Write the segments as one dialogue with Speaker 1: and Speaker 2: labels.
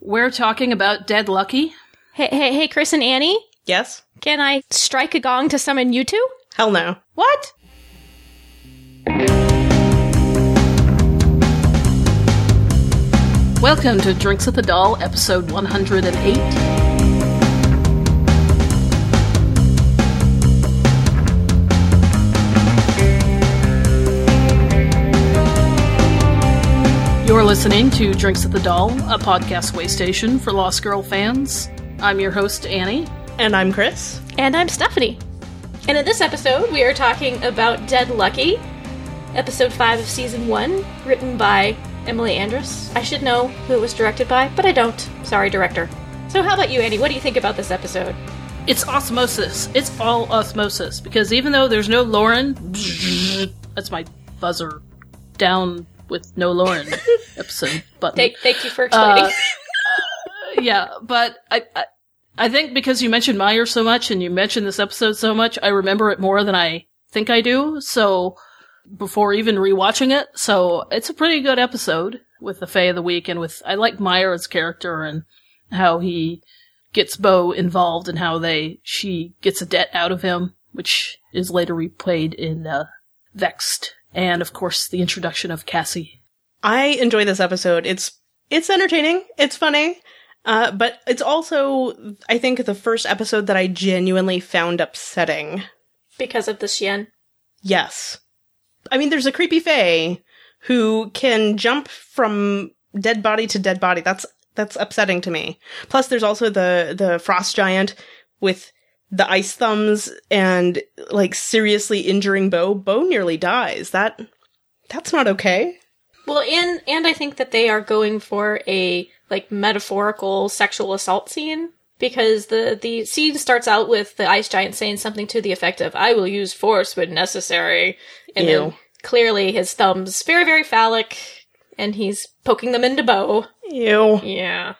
Speaker 1: We're talking about Dead Lucky.
Speaker 2: Hey, hey, hey, Chris and Annie,
Speaker 3: Yes?
Speaker 2: can I strike a gong to summon you two?
Speaker 3: Hell no.
Speaker 2: What?
Speaker 1: Welcome to Drinks with the Doll, episode 108. You're listening to Drinks with the Doll, a podcast waystation for Lost Girl fans. I'm your host, Annie.
Speaker 3: And I'm Chris.
Speaker 2: And I'm Stephanie. And in this episode, we are talking about Dead Lucky, episode 5 of season 1, written by Emily Andrus. I should know who it was directed by, but I don't. Sorry, director. So, how about you, Annie? What do you think about this episode?
Speaker 1: It's osmosis. It's all osmosis. Because even though there's no Lauren, that's my buzzer down with no Lauren episode button.
Speaker 2: Thank, thank you for explaining.
Speaker 1: yeah, but I, I, I think because you mentioned Meyer so much and you mentioned this episode so much, I remember it more than I think I do. So before even rewatching it, so it's a pretty good episode with the Fae of the Week and with I like Meyer's character and how he gets Bo involved and how they she gets a debt out of him, which is later replayed in uh, Vexed, and of course the introduction of Cassie.
Speaker 3: I enjoy this episode. It's it's entertaining, it's funny, uh, but it's also I think the first episode that I genuinely found upsetting.
Speaker 2: because of the Shien.
Speaker 3: Yes. I mean there's a creepy fae who can jump from dead body to dead body. That's that's upsetting to me. Plus there's also the the frost giant with the ice thumbs and like seriously injuring Bo. Bo nearly dies. That that's not okay.
Speaker 2: Well, and and I think that they are going for a like metaphorical sexual assault scene because the the scene starts out with the ice giant saying something to the effect of "I will use force when necessary," and then
Speaker 3: Ew.
Speaker 2: clearly his thumbs very very phallic, and he's poking them into bow.
Speaker 3: Ew.
Speaker 2: Yeah,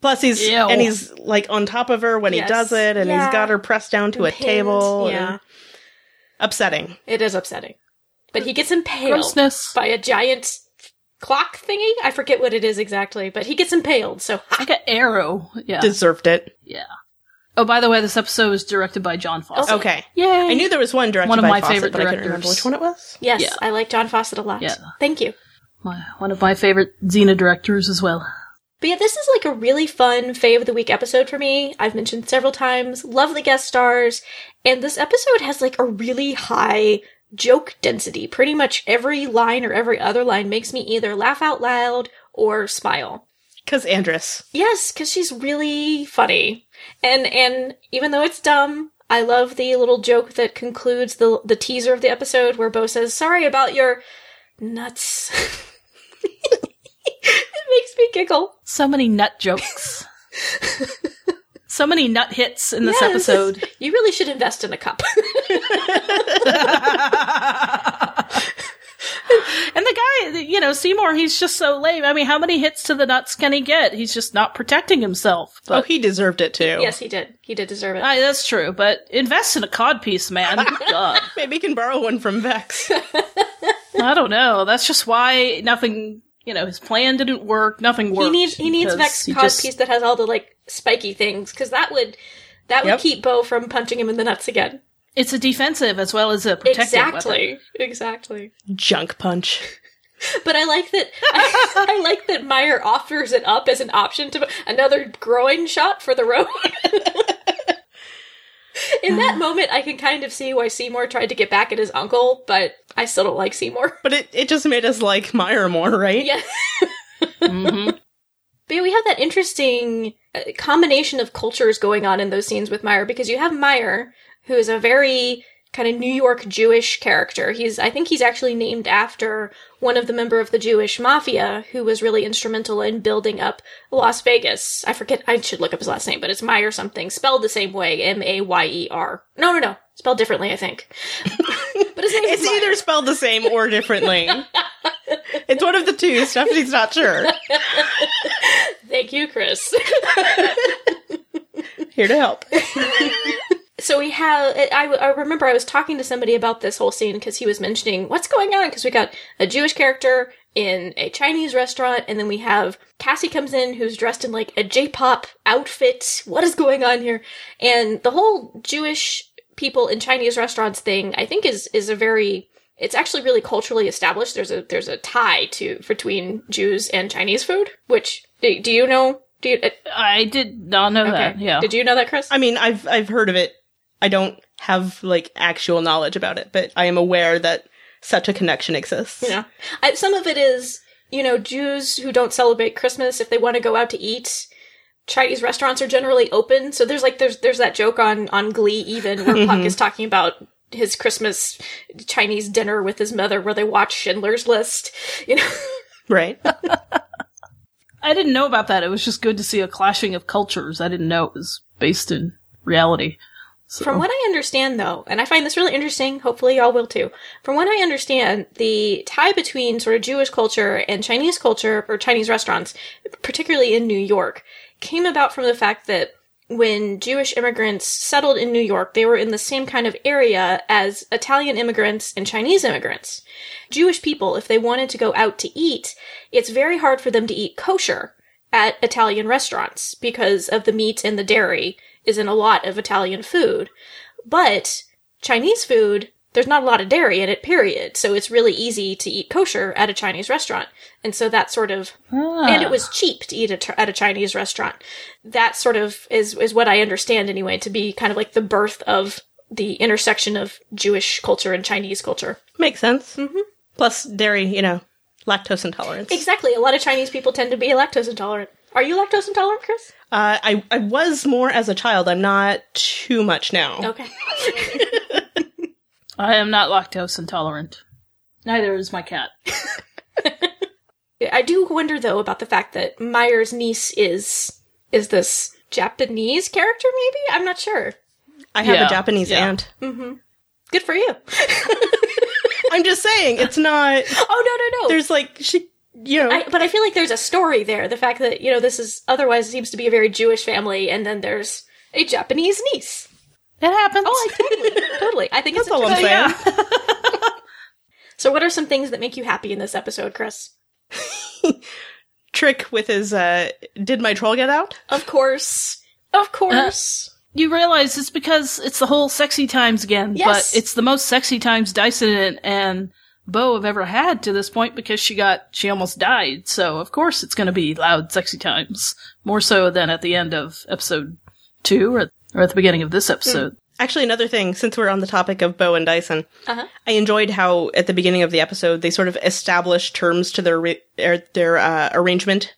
Speaker 3: Plus he's
Speaker 1: Ew.
Speaker 3: and he's like on top of her when
Speaker 2: Yes.
Speaker 3: he does it and
Speaker 2: Yeah.
Speaker 3: he's got her pressed down to a
Speaker 2: Pinned,
Speaker 3: table.
Speaker 2: Yeah,
Speaker 3: and- Upsetting.
Speaker 2: it is upsetting, but he gets impaled
Speaker 1: Grossness.
Speaker 2: by a giant clock thingy. I forget what it is exactly, but he gets impaled. So
Speaker 1: Like an arrow. Yeah.
Speaker 3: Deserved it.
Speaker 1: Yeah. Oh, by the way, this episode was directed by John Foster.
Speaker 2: Oh.
Speaker 3: Okay.
Speaker 1: Yay!
Speaker 3: I knew there was one directed
Speaker 1: One of
Speaker 3: by
Speaker 1: my
Speaker 3: Fawcett,
Speaker 1: favorite
Speaker 3: but I couldn't remember
Speaker 1: directors.
Speaker 3: which one it was.
Speaker 2: yes,
Speaker 1: Yeah.
Speaker 2: I like John Fawcett a lot.
Speaker 1: Yeah.
Speaker 2: Thank you.
Speaker 1: my, one of my favorite Xena directors as well.
Speaker 2: But yeah, this is like a really fun fave of the week episode for me. I've mentioned several times, lovely guest stars, and this episode has like a really high joke density. Pretty much every line or every other line makes me either laugh out loud or smile.
Speaker 3: Because Andress.
Speaker 2: Yes, because she's really funny, and and even though it's dumb, I love the little joke that concludes the the teaser of the episode where Bo says, "Sorry about your nuts." it makes me giggle.
Speaker 1: So many nut jokes. so many nut hits in this
Speaker 2: Yes.
Speaker 1: episode.
Speaker 2: You really should invest in a cup.
Speaker 1: And the guy, you know, Seymour, he's just so lame. I mean, how many hits to the nuts can he get? He's just not protecting himself.
Speaker 3: Oh,
Speaker 1: But
Speaker 3: he deserved it too.
Speaker 2: yes, he did. He did deserve it.
Speaker 1: Aye, that's true. But invest in a codpiece, man. God.
Speaker 3: Maybe he can borrow one from Vex.
Speaker 1: I don't know. That's just why nothing. You know, his plan didn't work. Nothing worked.
Speaker 2: he needs he needs
Speaker 1: because
Speaker 2: Vex
Speaker 1: he
Speaker 2: cod
Speaker 1: just-
Speaker 2: piece that has all the like spiky things because that would that would
Speaker 3: Yep.
Speaker 2: keep Bo from punching him in the nuts again.
Speaker 1: It's a defensive as well as a protective weapon.
Speaker 2: exactly, exactly.
Speaker 3: Junk punch.
Speaker 2: But I like that I, I like that Meyer offers it up as an option to another groin shot for the road. In that moment, I can kind of see why Seymour tried to get back at his uncle, but I still don't like Seymour.
Speaker 3: But it, it just made us like Meyer more, right?
Speaker 2: Yeah.
Speaker 1: hmm
Speaker 3: Mm-hmm.
Speaker 2: But yeah, we have that interesting uh, combination of cultures going on in those scenes with Meyer because you have Meyer, who is a very kind of New York Jewish character. He's I think he's actually named after one of the member of the Jewish mafia who was really instrumental in building up Las Vegas. I forget I should look up his last name, but it's Meyer something, spelled the same way, M A Y E R. No, no, no. Spelled differently, I think. but his name is
Speaker 3: It's either spelled the same or differently. it's one of the two. Stephanie's not sure.
Speaker 2: Thank you, Chris.
Speaker 3: Here to help.
Speaker 2: so we have I, I remember i was talking to somebody about this whole scene because he was mentioning what's going on because we got a jewish character in a Chinese restaurant, and then we have Cassie comes in who's dressed in like a J pop outfit. What is going on here? And the whole Jewish people in Chinese restaurants thing, I think, is is a very it's actually really culturally established. There's a there's a tie to between Jews and Chinese food. Which do, do you know? Do you, uh,
Speaker 1: I did not know that.
Speaker 2: okay.
Speaker 1: Yeah.
Speaker 2: Did you know that, Chris?
Speaker 3: I mean, I've I've heard of it. I don't have like actual knowledge about it, but I am aware that such a connection exists.
Speaker 2: you know I, some of it is you know jews who don't celebrate christmas if they want to go out to eat chinese restaurants are generally open so there's like there's there's that joke on on glee even where puck is talking about his christmas chinese dinner with his mother where they watch schindler's list you know
Speaker 3: Right.
Speaker 1: I didn't know about that. It was just good to see a clashing of cultures. I didn't know it was based in reality. So,
Speaker 2: From what I understand, though, and I find this really interesting, hopefully y'all will too. From what I understand, the tie between sort of Jewish culture and Chinese culture, or Chinese restaurants, particularly in New York, came about from the fact that when Jewish immigrants settled in New York, they were in the same kind of area as Italian immigrants and Chinese immigrants. Jewish people, if they wanted to go out to eat, it's very hard for them to eat kosher at Italian restaurants because of the meat and the dairy is in a lot of Italian food. But Chinese food, there's not a lot of dairy in it, period. So it's really easy to eat kosher at a Chinese restaurant. And so that sort of,
Speaker 1: Ah.
Speaker 2: and it was cheap to eat at at a Chinese restaurant. That sort of is, is what I understand anyway to be kind of like the birth of the intersection of Jewish culture and Chinese culture.
Speaker 3: Makes sense. Mm-hmm. Plus dairy, you know, lactose intolerance.
Speaker 2: Exactly. A lot of Chinese people tend to be lactose intolerant. Are you lactose intolerant, Chris?
Speaker 3: Uh, I I was more as a child. I'm not too much now.
Speaker 2: Okay.
Speaker 1: I am not lactose intolerant. Neither is my cat.
Speaker 2: I do wonder though about the fact that Meyer's niece is is this Japanese character maybe? I'm not sure.
Speaker 3: I have
Speaker 1: Yeah,
Speaker 3: a Japanese
Speaker 1: yeah.
Speaker 3: aunt.
Speaker 2: Good for you.
Speaker 3: I'm just saying, it's not.
Speaker 2: oh no no no.
Speaker 3: There's like she, you know,
Speaker 2: I, but I feel like there's a story there. The fact that you know this is otherwise seems to be a very Jewish family, and then there's a Japanese niece.
Speaker 1: It happens.
Speaker 2: Oh, I totally, totally. I think it's
Speaker 3: that's all I'm
Speaker 2: interesting.
Speaker 3: saying.
Speaker 2: So, what are some things that make you happy in this episode, Chris?
Speaker 3: Trick with his. uh Did my troll get out?
Speaker 2: Of course, of course.
Speaker 1: you realize it's because it's the whole sexy times again,
Speaker 2: Yes.
Speaker 1: but it's the most sexy times Dyson and, and Bo have ever had to this point because she got she almost died. So of course it's going to be loud sexy times more so than at the end of episode two or or at the beginning of
Speaker 2: Hmm.
Speaker 1: this episode.
Speaker 3: Actually, another thing, since we're on the topic of Bo and Dyson,
Speaker 2: Uh-huh.
Speaker 3: I enjoyed how at the beginning of the episode they sort of established terms to their re- er, their uh, arrangement.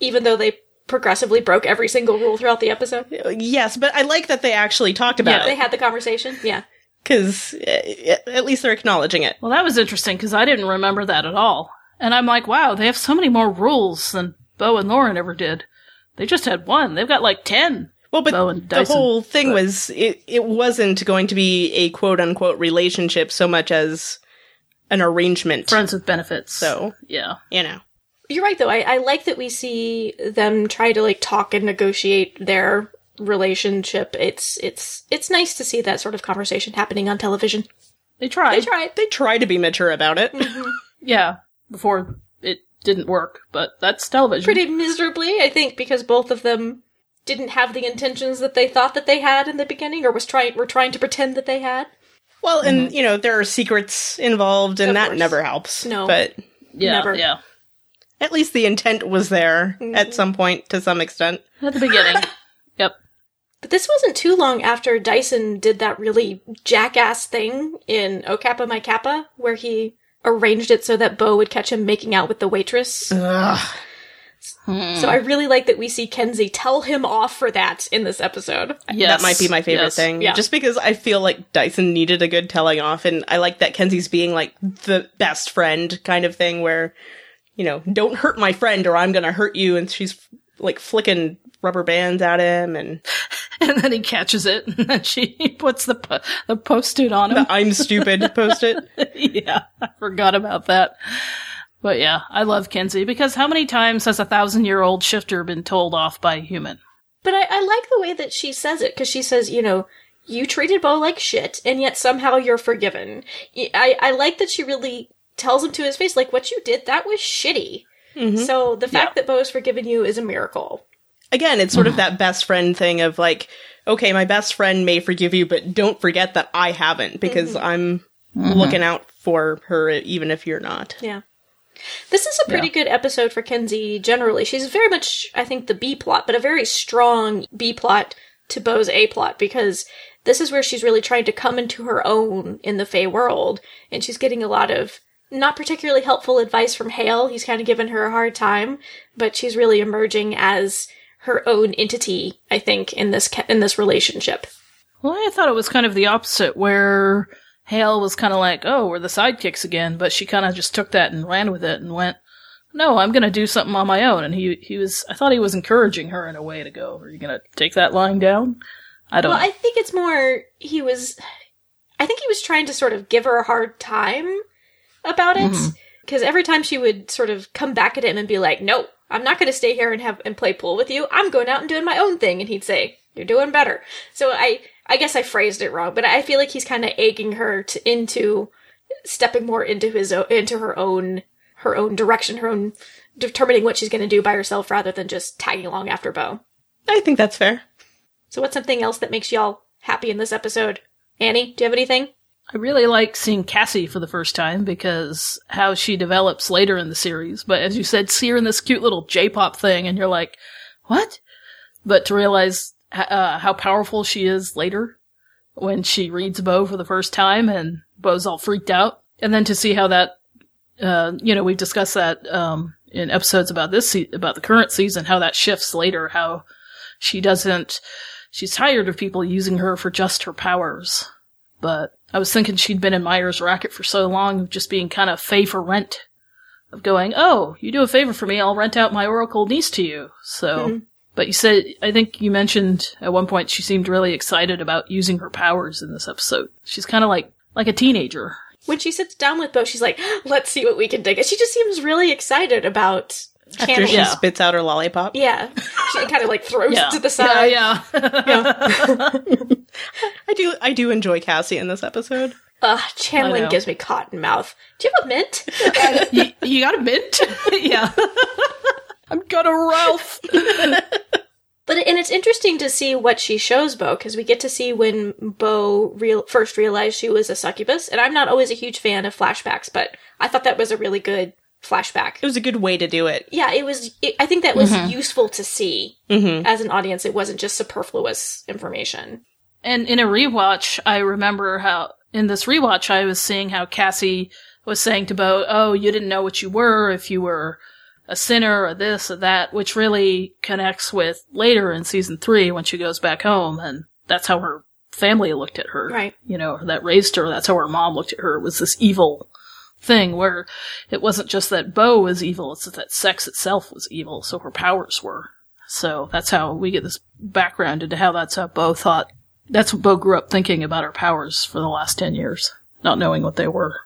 Speaker 2: Even though they progressively broke every single rule throughout the episode,
Speaker 3: Yes, but I like that they actually talked about
Speaker 2: they
Speaker 3: it
Speaker 2: had the conversation. Yeah.
Speaker 3: because at least they're acknowledging it.
Speaker 1: Well, that was interesting because I didn't remember that at all, and I'm like, wow, they have so many more rules than Bo and Lauren ever did. They just had one. They've got like ten.
Speaker 3: Well, but
Speaker 1: Bo and
Speaker 3: the
Speaker 1: Dyson,
Speaker 3: whole thing was it, it wasn't going to be a quote unquote relationship so much as an arrangement.
Speaker 1: friends with benefits.
Speaker 3: So
Speaker 1: yeah,
Speaker 3: you know,
Speaker 2: You're right, though. I, I like that we see them try to like talk and negotiate their relationship. It's it's it's nice to see that sort of conversation happening on television.
Speaker 1: they tried.
Speaker 2: They tried.
Speaker 3: they try to be mature about it.
Speaker 2: Mm-hmm.
Speaker 1: Yeah, before it didn't work, but that's television.
Speaker 2: pretty miserably, I think, because both of them didn't have the intentions that they thought that they had in the beginning, or was trying were trying to pretend that they had.
Speaker 3: Well, and you know there are secrets involved, and
Speaker 2: Of
Speaker 3: that
Speaker 2: course.
Speaker 3: never helps.
Speaker 2: No.
Speaker 3: but
Speaker 1: yeah,
Speaker 2: never.
Speaker 1: yeah.
Speaker 3: at least the intent was there
Speaker 2: Mm-hmm.
Speaker 3: at some point to some extent.
Speaker 1: At the beginning. yep.
Speaker 2: But this wasn't too long after Dyson did that really jackass thing in O Kappa My Kappa, where he arranged it so that Bo would catch him making out with the waitress.
Speaker 3: Ugh.
Speaker 2: So I really like that we see Kenzie tell him off for that in this episode.
Speaker 1: Yes,
Speaker 3: that might be my favorite
Speaker 1: yes.
Speaker 3: thing.
Speaker 2: yeah.
Speaker 3: Just because I feel like Dyson needed a good telling off, and I like that Kenzie's being like the best friend kind of thing where, you know, don't hurt my friend or I'm going to hurt you. And she's like flicking rubber bands at him and
Speaker 1: And then he catches it, and then she puts the po- the post-it on him.
Speaker 3: the I'm stupid post it.
Speaker 1: yeah, I forgot about that. But yeah, I love Kenzie because how many times has a thousand-year-old shifter been told off by a human?
Speaker 2: But I, I like the way that she says it because she says, you know, you treated Bo like shit, and yet somehow you're forgiven. Y- I, I like that she really tells him to his face, like, what you did, that was shitty.
Speaker 3: Mhm.
Speaker 2: So the fact that Bo has forgiven you is a miracle.
Speaker 3: Again, it's
Speaker 1: Mm.
Speaker 3: sort of that best friend thing of like, okay, my best friend may forgive you, but don't forget that I haven't because
Speaker 1: Mm-hmm.
Speaker 3: I'm looking out for her even if you're not.
Speaker 2: Yeah. This is a pretty good episode for Kenzie generally. She's very much, I think, the B plot, but a very strong B plot to Bo's A plot because this is where she's really trying to come into her own in the Fey world, and she's getting a lot of not particularly helpful advice from Hale. He's kind of given her a hard time, but she's really emerging as her own entity, I think, in this ca- in this relationship.
Speaker 1: Well, I thought it was kind of the opposite, where Hale was kind of like, "Oh, we're the sidekicks again," but she kind of just took that and ran with it and went, "No, I'm going to do something on my own." And he he was, I thought he was encouraging her in a way to go. Are you going to take that lying down? I don't.
Speaker 2: Well,
Speaker 1: know.
Speaker 2: I think it's more he was. I think he was trying to sort of give her a hard time about it because every time she would sort of come back at him and be like, "No, I'm not going to stay here and have and play pool with you. I'm going out and doing my own thing," and he'd say, "You're doing better." So I, I guess I phrased it wrong, but I feel like he's kind of egging her to, into stepping more into his o- into her own her own direction, her own determining what she's going to do by herself rather than just tagging along after Bo.
Speaker 3: I think that's fair.
Speaker 2: So what's something else that makes y'all happy in this episode? Annie, do you have anything?
Speaker 1: I really like seeing Cassie for the first time because how she develops later in the series. But as you said, see her in this cute little J-pop thing, and you're like, "What?" But to realize h- uh, how powerful she is later when she reads Bo for the first time, and Bo's all freaked out, and then to see how that, uh, you know, we've discussed that um, in episodes about this se- about the current season, how that shifts later, how she doesn't, she's tired of people using her for just her powers but I was thinking she'd been in Meyer's racket for so long of just being kind of fey for rent. Of going, oh, you do a favor for me, I'll rent out my Oracle niece to you. So,
Speaker 2: Mm-hmm.
Speaker 1: but you said, I think you mentioned at one point she seemed really excited about using her powers in this episode. She's kind of like, like a teenager.
Speaker 2: When she sits down with Bo, she's like, "Let's see what we can dig." And she just seems really excited about
Speaker 3: After she
Speaker 2: channeling.
Speaker 1: Yeah.
Speaker 3: spits out her lollipop.
Speaker 2: Yeah, she kind of like throws
Speaker 1: Yeah.
Speaker 2: it to the side.
Speaker 1: Yeah, yeah.
Speaker 3: I do I do enjoy Cassie in this episode.
Speaker 2: Ugh,
Speaker 1: I
Speaker 2: channeling
Speaker 1: know.
Speaker 2: gives me cotton mouth. Do you have a mint?
Speaker 1: you, you got a mint? yeah. I'm gonna Ralph.
Speaker 2: But and it's interesting to see what she shows Bo because we get to see when Bo real first realized she was a succubus, and I'm not always a huge fan of flashbacks, but I thought that was a really good flashback.
Speaker 3: It was a good way to do it.
Speaker 2: yeah, it was. It, I think that was
Speaker 1: Mm-hmm.
Speaker 2: useful to see
Speaker 3: Mhm.
Speaker 2: as an audience. It wasn't just superfluous information.
Speaker 1: And in a rewatch, I remember how in this rewatch I was seeing how Cassie was saying to Bo, "Oh, you didn't know what you were if you were a sinner or this or that," which really connects with later in season three when she goes back home, and that's how her family looked at her.
Speaker 2: Right.
Speaker 1: You know, that raised her. That's how her mom looked at her. Was this evil thing where it wasn't just that Bo was evil; it's that sex itself was evil. So her powers were. So that's how we get this background into how that's how Bo thought that's what Bo grew up thinking about her powers for the last 10 years, not knowing what they were.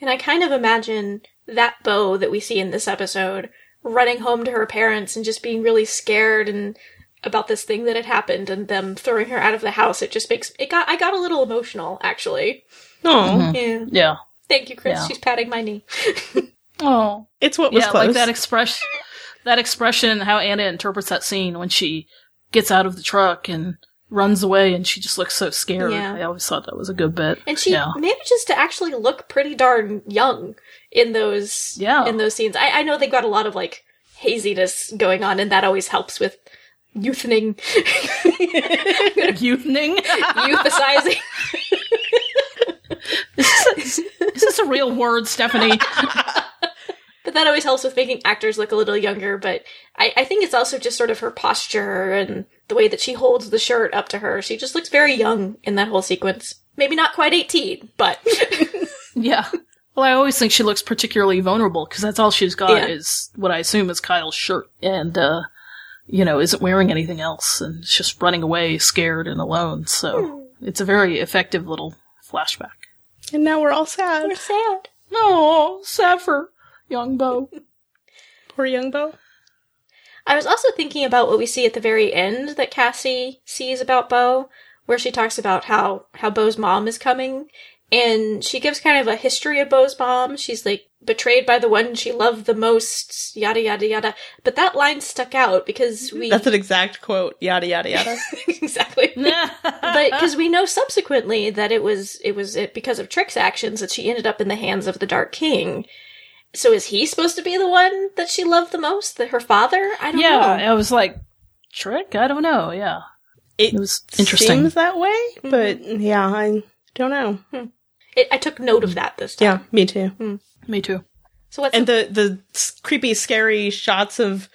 Speaker 2: And I kind of imagine that Bo that we see in this episode running home to her parents and just being really scared and about this thing that had happened and them throwing her out of the house. It just makes it got. I got a little emotional actually.
Speaker 3: No.
Speaker 1: Mm-hmm.
Speaker 2: Yeah.
Speaker 1: Yeah.
Speaker 2: Thank you, Chris.
Speaker 1: Yeah.
Speaker 2: She's patting my knee.
Speaker 1: Oh.
Speaker 3: It's what was
Speaker 1: Yeah,
Speaker 3: close.
Speaker 1: like that expression that expression how Anna interprets that scene when she gets out of the truck and runs away and she just looks so scared.
Speaker 2: Yeah.
Speaker 1: I always thought that was a good bit.
Speaker 2: And she
Speaker 1: Yeah.
Speaker 2: manages to actually look pretty darn young in those
Speaker 1: Yeah.
Speaker 2: in those scenes. I, I know they've got a lot of like haziness going on, and that always helps with youthening,
Speaker 1: Evening.
Speaker 2: euthicizing.
Speaker 1: is this a real word, Stephanie?
Speaker 2: But that always helps with making actors look a little younger. But I, I think it's also just sort of her posture and the way that she holds the shirt up to her. She just looks very young in that whole sequence. Maybe not quite eighteen, but
Speaker 1: yeah. Well, I always think she looks particularly vulnerable because that's all she's got
Speaker 2: Yeah.
Speaker 1: is what I assume is Kyle's shirt and, uh, you know, isn't wearing anything else and is just running away scared and alone. So
Speaker 3: Hmm.
Speaker 1: it's a very effective little flashback.
Speaker 3: and now we're all sad.
Speaker 2: we're sad.
Speaker 1: No, Sappher, young Bo.
Speaker 3: Poor young Bo.
Speaker 2: I was also thinking about what we see at the very end that Cassie sees about Bo, where she talks about how how Bo's mom is coming, and she gives kind of a history of Bo's mom. She's like betrayed by the one she loved the most, yada yada yada. But that line stuck out because we
Speaker 3: That's an exact quote. Yada yada yada.
Speaker 2: exactly. but because we know subsequently that it was it was it because of Trick's actions that she ended up in the hands of the Dark King. So is he supposed to be the one that she loved the most? That her father? I don't
Speaker 1: yeah,
Speaker 2: know.
Speaker 1: I was like, trick? I don't know. Yeah.
Speaker 3: It
Speaker 1: It was interesting.
Speaker 3: Seems that way,
Speaker 1: Mm-hmm.
Speaker 3: but yeah, I don't know.
Speaker 2: It, I took note of that this time.
Speaker 3: Yeah, me too.
Speaker 1: Me too.
Speaker 2: So what's
Speaker 3: And the the s- creepy, scary shots of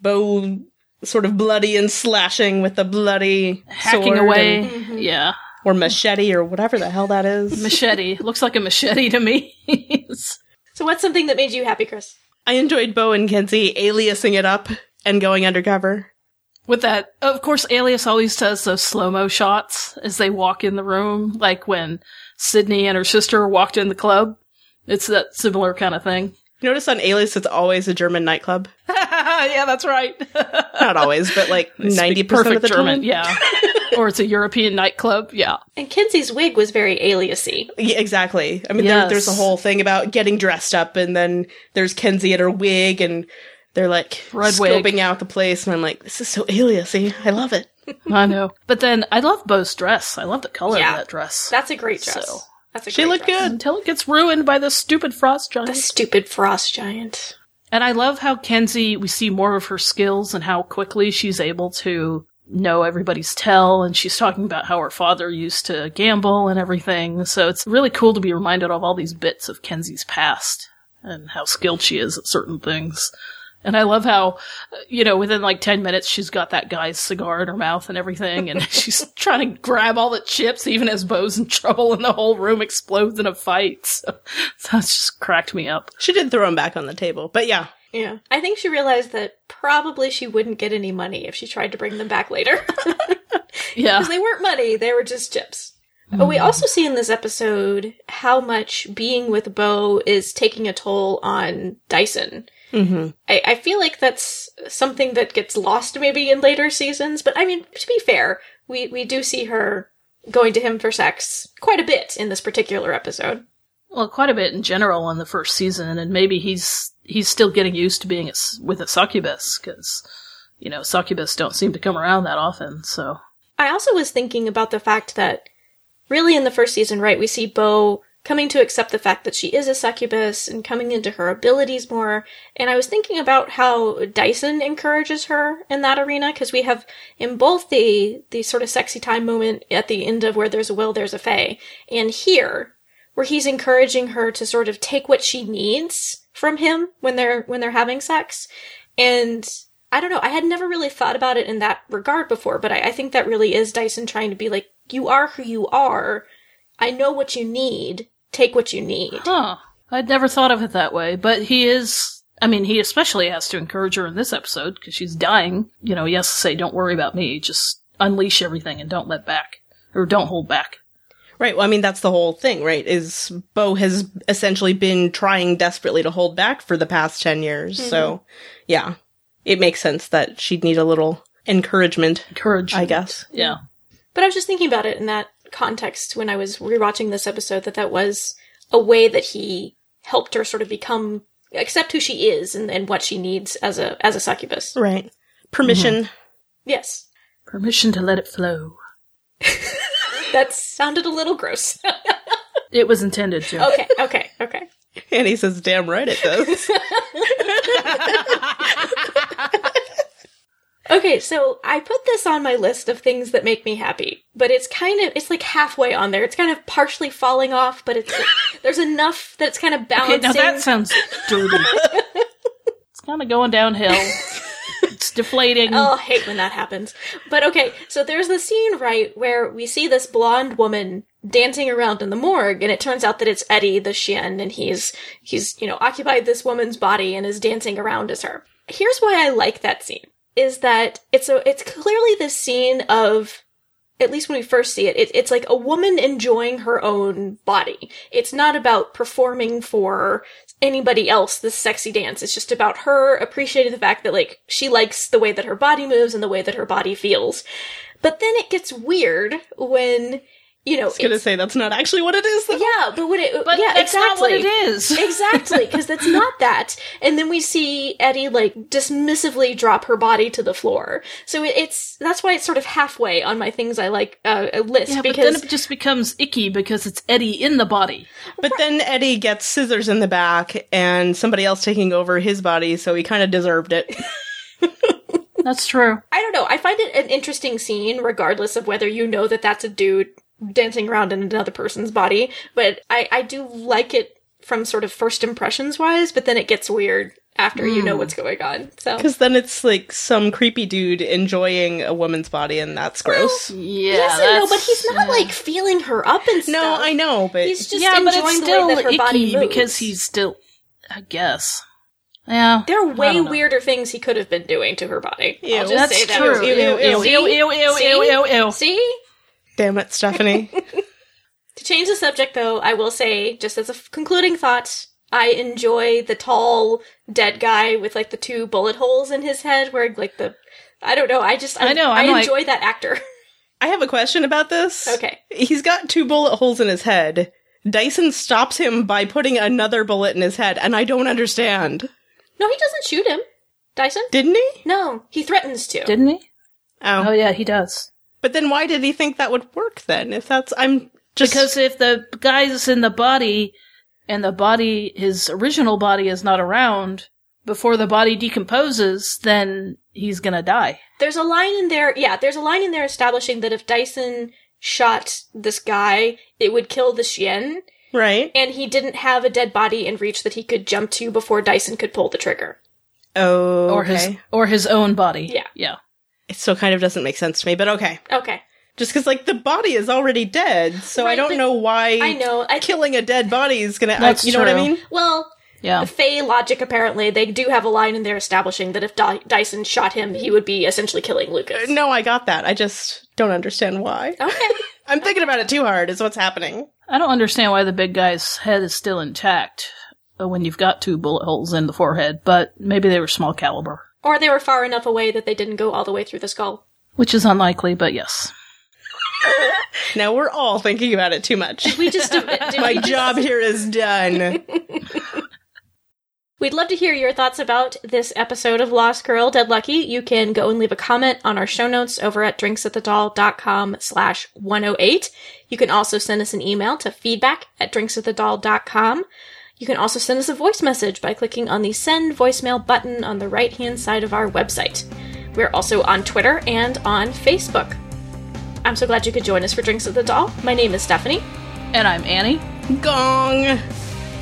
Speaker 3: Bo sort of bloody and slashing with the bloody
Speaker 1: Hacking
Speaker 3: sword
Speaker 1: away.
Speaker 3: and-
Speaker 1: Yeah.
Speaker 3: or machete or whatever the hell that is.
Speaker 1: Machete. Looks like a machete to me. It's-
Speaker 2: so what's something that made you happy, Chris?
Speaker 3: I enjoyed Bo and Kenzie aliasing it up and going undercover.
Speaker 1: With that, of course, Alias always does those slow mo shots as they walk in the room, like when Sydney and her sister walked in the club. It's that similar kind of thing.
Speaker 3: Notice on Alias, it's always a German nightclub.
Speaker 1: yeah, that's right.
Speaker 3: Not always, but like
Speaker 1: They speak
Speaker 3: ninety percent of the
Speaker 1: German,
Speaker 3: time.
Speaker 1: yeah. or it's a European nightclub, yeah.
Speaker 2: And Kenzie's wig was very aliasy.
Speaker 3: Yeah, exactly. I mean, there,
Speaker 1: Yes.
Speaker 3: there's a whole thing about getting dressed up, and then there's Kenzie in her wig, and they're like
Speaker 1: Red
Speaker 3: scoping
Speaker 1: wig.
Speaker 3: out the place, and I'm like, this is so aliasy. I love it.
Speaker 1: I know. But then I love Bo's dress. I love the color
Speaker 2: Yeah.
Speaker 1: of that dress.
Speaker 2: That's a great dress.
Speaker 1: So-
Speaker 2: That's a
Speaker 3: She
Speaker 2: great
Speaker 3: looked
Speaker 2: dress.
Speaker 3: good.
Speaker 1: Until it gets ruined by this stupid frost
Speaker 2: The
Speaker 1: giant.
Speaker 2: stupid frost giant.
Speaker 1: And I love how Kenzie, we see more of her skills and how quickly she's able to know everybody's tell. And she's talking about how her father used to gamble and everything. So it's really cool to be reminded of all these bits of Kenzie's past and how skilled she is at certain things. And I love how, uh, you know, within like 10 minutes, she's got that guy's cigar in her mouth and everything. And she's trying to grab all the chips, even as Bo's in trouble and the whole room explodes in a fight. So that's just cracked me up.
Speaker 3: She did throw him back on the table, but yeah,
Speaker 2: Yeah. I think she realized that probably she wouldn't get any money if she tried to bring them back later.
Speaker 1: Yeah.
Speaker 2: Because they weren't money, they were just chips. But we also see in this episode how much being with Bo is taking a toll on Dyson.
Speaker 3: mm-hmm.
Speaker 2: I, I feel like that's something that gets lost maybe in later seasons, but I mean, to be fair, we, we do see her going to him for sex quite a bit in this particular episode.
Speaker 1: Well, quite a bit in general in the first season, and maybe he's he's still getting used to being a s with a succubus because you know succubus don't seem to come around that often. So
Speaker 2: I also was thinking about the fact that really in the first season, right, we see Bo coming to accept the fact that she is a succubus and coming into her abilities more. And I was thinking about how Dyson encourages her in that arena because we have in both the the sort of sexy time moment at the end of where there's a will, there's a fay, and here where he's encouraging her to sort of take what she needs from him when they're when they're having sex and i don't know i had never really thought about it in that regard before but i, I think that really is dyson trying to be like you are who you are i know what you need take what you need
Speaker 1: huh, I'd never thought of it that way, but he is. I mean, he especially has to encourage her in this episode because she's dying. You know, he has to say, "Don't worry about me. Just unleash everything and don't let back or don't hold back."
Speaker 3: right. Well, I mean, that's the whole thing, right? Is Bo has essentially been trying desperately to hold back for the past ten years, so yeah, it makes sense that she'd need a little encouragement,
Speaker 1: Encourage,
Speaker 3: I guess.
Speaker 1: Yeah,
Speaker 2: But I was just thinking about it in that context when I was rewatching this episode that that was a way that he helped her sort of become accept who she is and, and what she needs as a as a succubus.
Speaker 3: Right. Permission.
Speaker 2: Yes.
Speaker 1: permission to let it flow.
Speaker 2: That sounded a little gross.
Speaker 1: It was intended to.
Speaker 2: okay, okay, okay.
Speaker 3: And he says, damn right it does.
Speaker 2: Okay, so I put this on my list of things that make me happy, but it's kind of it's like halfway on there. It's kind of partially falling off, but it's there's enough that's kind of
Speaker 1: Okay,
Speaker 2: balancing.
Speaker 1: now that sounds dirty. it's kind of going downhill. It's deflating.
Speaker 2: Oh, I hate when that happens. But okay, so there's the scene, right, where we see this blonde woman dancing around in the morgue, and it turns out that it's Eddie the Shen, and he's he's, you know, occupied this woman's body and is dancing around as her. Here's why I like that scene. Is that it's a it's clearly this scene of at least when we first see it, it, it's like a woman enjoying her own body. It's not about performing for anybody else this sexy dance. It's just about her appreciating the fact that, like, she likes the way that her body moves and the way that her body feels. But then it gets weird when you know,
Speaker 3: was gonna
Speaker 2: it's-
Speaker 3: say that's not actually what it is. though.
Speaker 2: yeah, but what it,
Speaker 1: But
Speaker 2: yeah,
Speaker 1: that's
Speaker 2: exactly.
Speaker 1: not what it is.
Speaker 2: exactly, because that's not that. And then we see Eddie like dismissively drop her body to the floor. So it, it's that's why it's sort of halfway on my things I like uh, uh, list
Speaker 1: Yeah, but
Speaker 2: because
Speaker 1: then it just becomes icky because it's Eddie in the body.
Speaker 3: But then Eddie gets scissors in the back and somebody else taking over his body, so he kind of deserved it.
Speaker 1: That's true.
Speaker 2: I don't know. I find it an interesting scene, regardless of whether you know that that's a dude dancing around in another person's body. But I, I do like it from sort of first impressions wise, but then it gets weird after you
Speaker 1: Hmm.
Speaker 2: know what's going on. So.
Speaker 3: Because then it's like some creepy dude enjoying a woman's body, and that's gross.
Speaker 1: Yeah.
Speaker 2: Yes, I know, but
Speaker 1: that's-
Speaker 2: he's not like feeling her up and stuff.
Speaker 3: no, I know, but
Speaker 2: He's just
Speaker 1: yeah, but
Speaker 2: enjoying
Speaker 1: it's
Speaker 2: the
Speaker 1: still
Speaker 2: way that her
Speaker 1: icky
Speaker 2: body moves.
Speaker 1: because he's still. I guess. Yeah.
Speaker 2: There are way
Speaker 1: don't know.
Speaker 2: weirder things he could have been doing to her body. I'll
Speaker 3: Ew.
Speaker 2: just
Speaker 1: That's
Speaker 2: say that.
Speaker 1: true.
Speaker 3: Ew, ew, ew,
Speaker 1: ew, ew, ew, ew,
Speaker 2: See?
Speaker 1: ew, ew, ew.
Speaker 2: See?
Speaker 3: damn it, Stephanie.
Speaker 2: To change the subject, though, I will say, just as a f- concluding thought, I enjoy the tall dead guy with like the two bullet holes in his head, where like the I don't know. I just I,
Speaker 1: I know,
Speaker 2: I
Speaker 1: I'm like-
Speaker 2: enjoy that actor.
Speaker 3: I have a question about this.
Speaker 2: Okay.
Speaker 3: He's got two bullet holes in his head. Dyson stops him by putting another bullet in his head, and I don't understand.
Speaker 2: No, he doesn't shoot him, Dyson.
Speaker 3: Didn't he?
Speaker 2: No, he threatens to.
Speaker 1: Didn't he?
Speaker 3: Oh.
Speaker 1: Oh yeah, he does.
Speaker 3: But then why did he think that would work then? If that's. I'm just.
Speaker 1: Because if the guy's in the body and the body, his original body is not around before the body decomposes, then he's gonna die.
Speaker 2: There's a line in there. Yeah, there's a line in there establishing that if Dyson shot this guy, it would kill the Shien,
Speaker 3: right?
Speaker 2: and he didn't have a dead body in reach that he could jump to before Dyson could pull the trigger.
Speaker 3: Oh.
Speaker 1: Or his
Speaker 3: okay.
Speaker 1: or his own body.
Speaker 2: Yeah.
Speaker 1: Yeah.
Speaker 3: It still kind of doesn't make sense to me, but okay.
Speaker 2: Okay,
Speaker 3: Just because, like, the body is already dead, so I
Speaker 2: Right,
Speaker 3: don't
Speaker 2: but-
Speaker 3: know why
Speaker 2: I know. I
Speaker 3: killing a dead body is gonna.
Speaker 1: That's
Speaker 3: you know what I
Speaker 1: true.
Speaker 3: mean?
Speaker 2: well.
Speaker 1: Yeah.
Speaker 2: Fey logic, apparently, they do have a line in there establishing that if Dy- Dyson shot him, he would be essentially killing Lucas.
Speaker 3: No, I got that. I just don't understand why.
Speaker 2: Okay.
Speaker 3: I'm thinking about it too hard, is what's happening.
Speaker 1: I don't understand why the big guy's head is still intact uh, when you've got two bullet holes in the forehead, but maybe they were small caliber.
Speaker 2: or they were far enough away that they didn't go all the way through the skull.
Speaker 1: Which is unlikely, but yes.
Speaker 3: Now we're all thinking about it too much.
Speaker 2: We just. did we
Speaker 3: My
Speaker 2: just-
Speaker 3: job here is done.
Speaker 2: We'd love to hear your thoughts about this episode of Lost Girl Dead Lucky. You can go and leave a comment on our show notes over at drinksatthedoll.com slash 108. You can also send us an email to feedback at drinksatthedoll.com. You can also send us a voice message by clicking on the send voicemail button on the right hand side of our website. We're also on Twitter and on Facebook. I'm so glad you could join us for Drinks at the Doll. My name is Stephanie.
Speaker 1: And I'm Annie.
Speaker 3: Gong.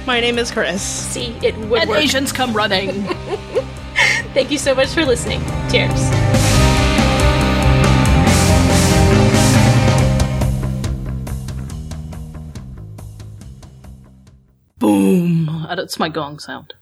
Speaker 3: My name is Chris.
Speaker 2: See, it would
Speaker 1: And
Speaker 2: work.
Speaker 1: Asians come running.
Speaker 2: Thank you so much for listening. Cheers.
Speaker 1: Boom. That's my gong sound.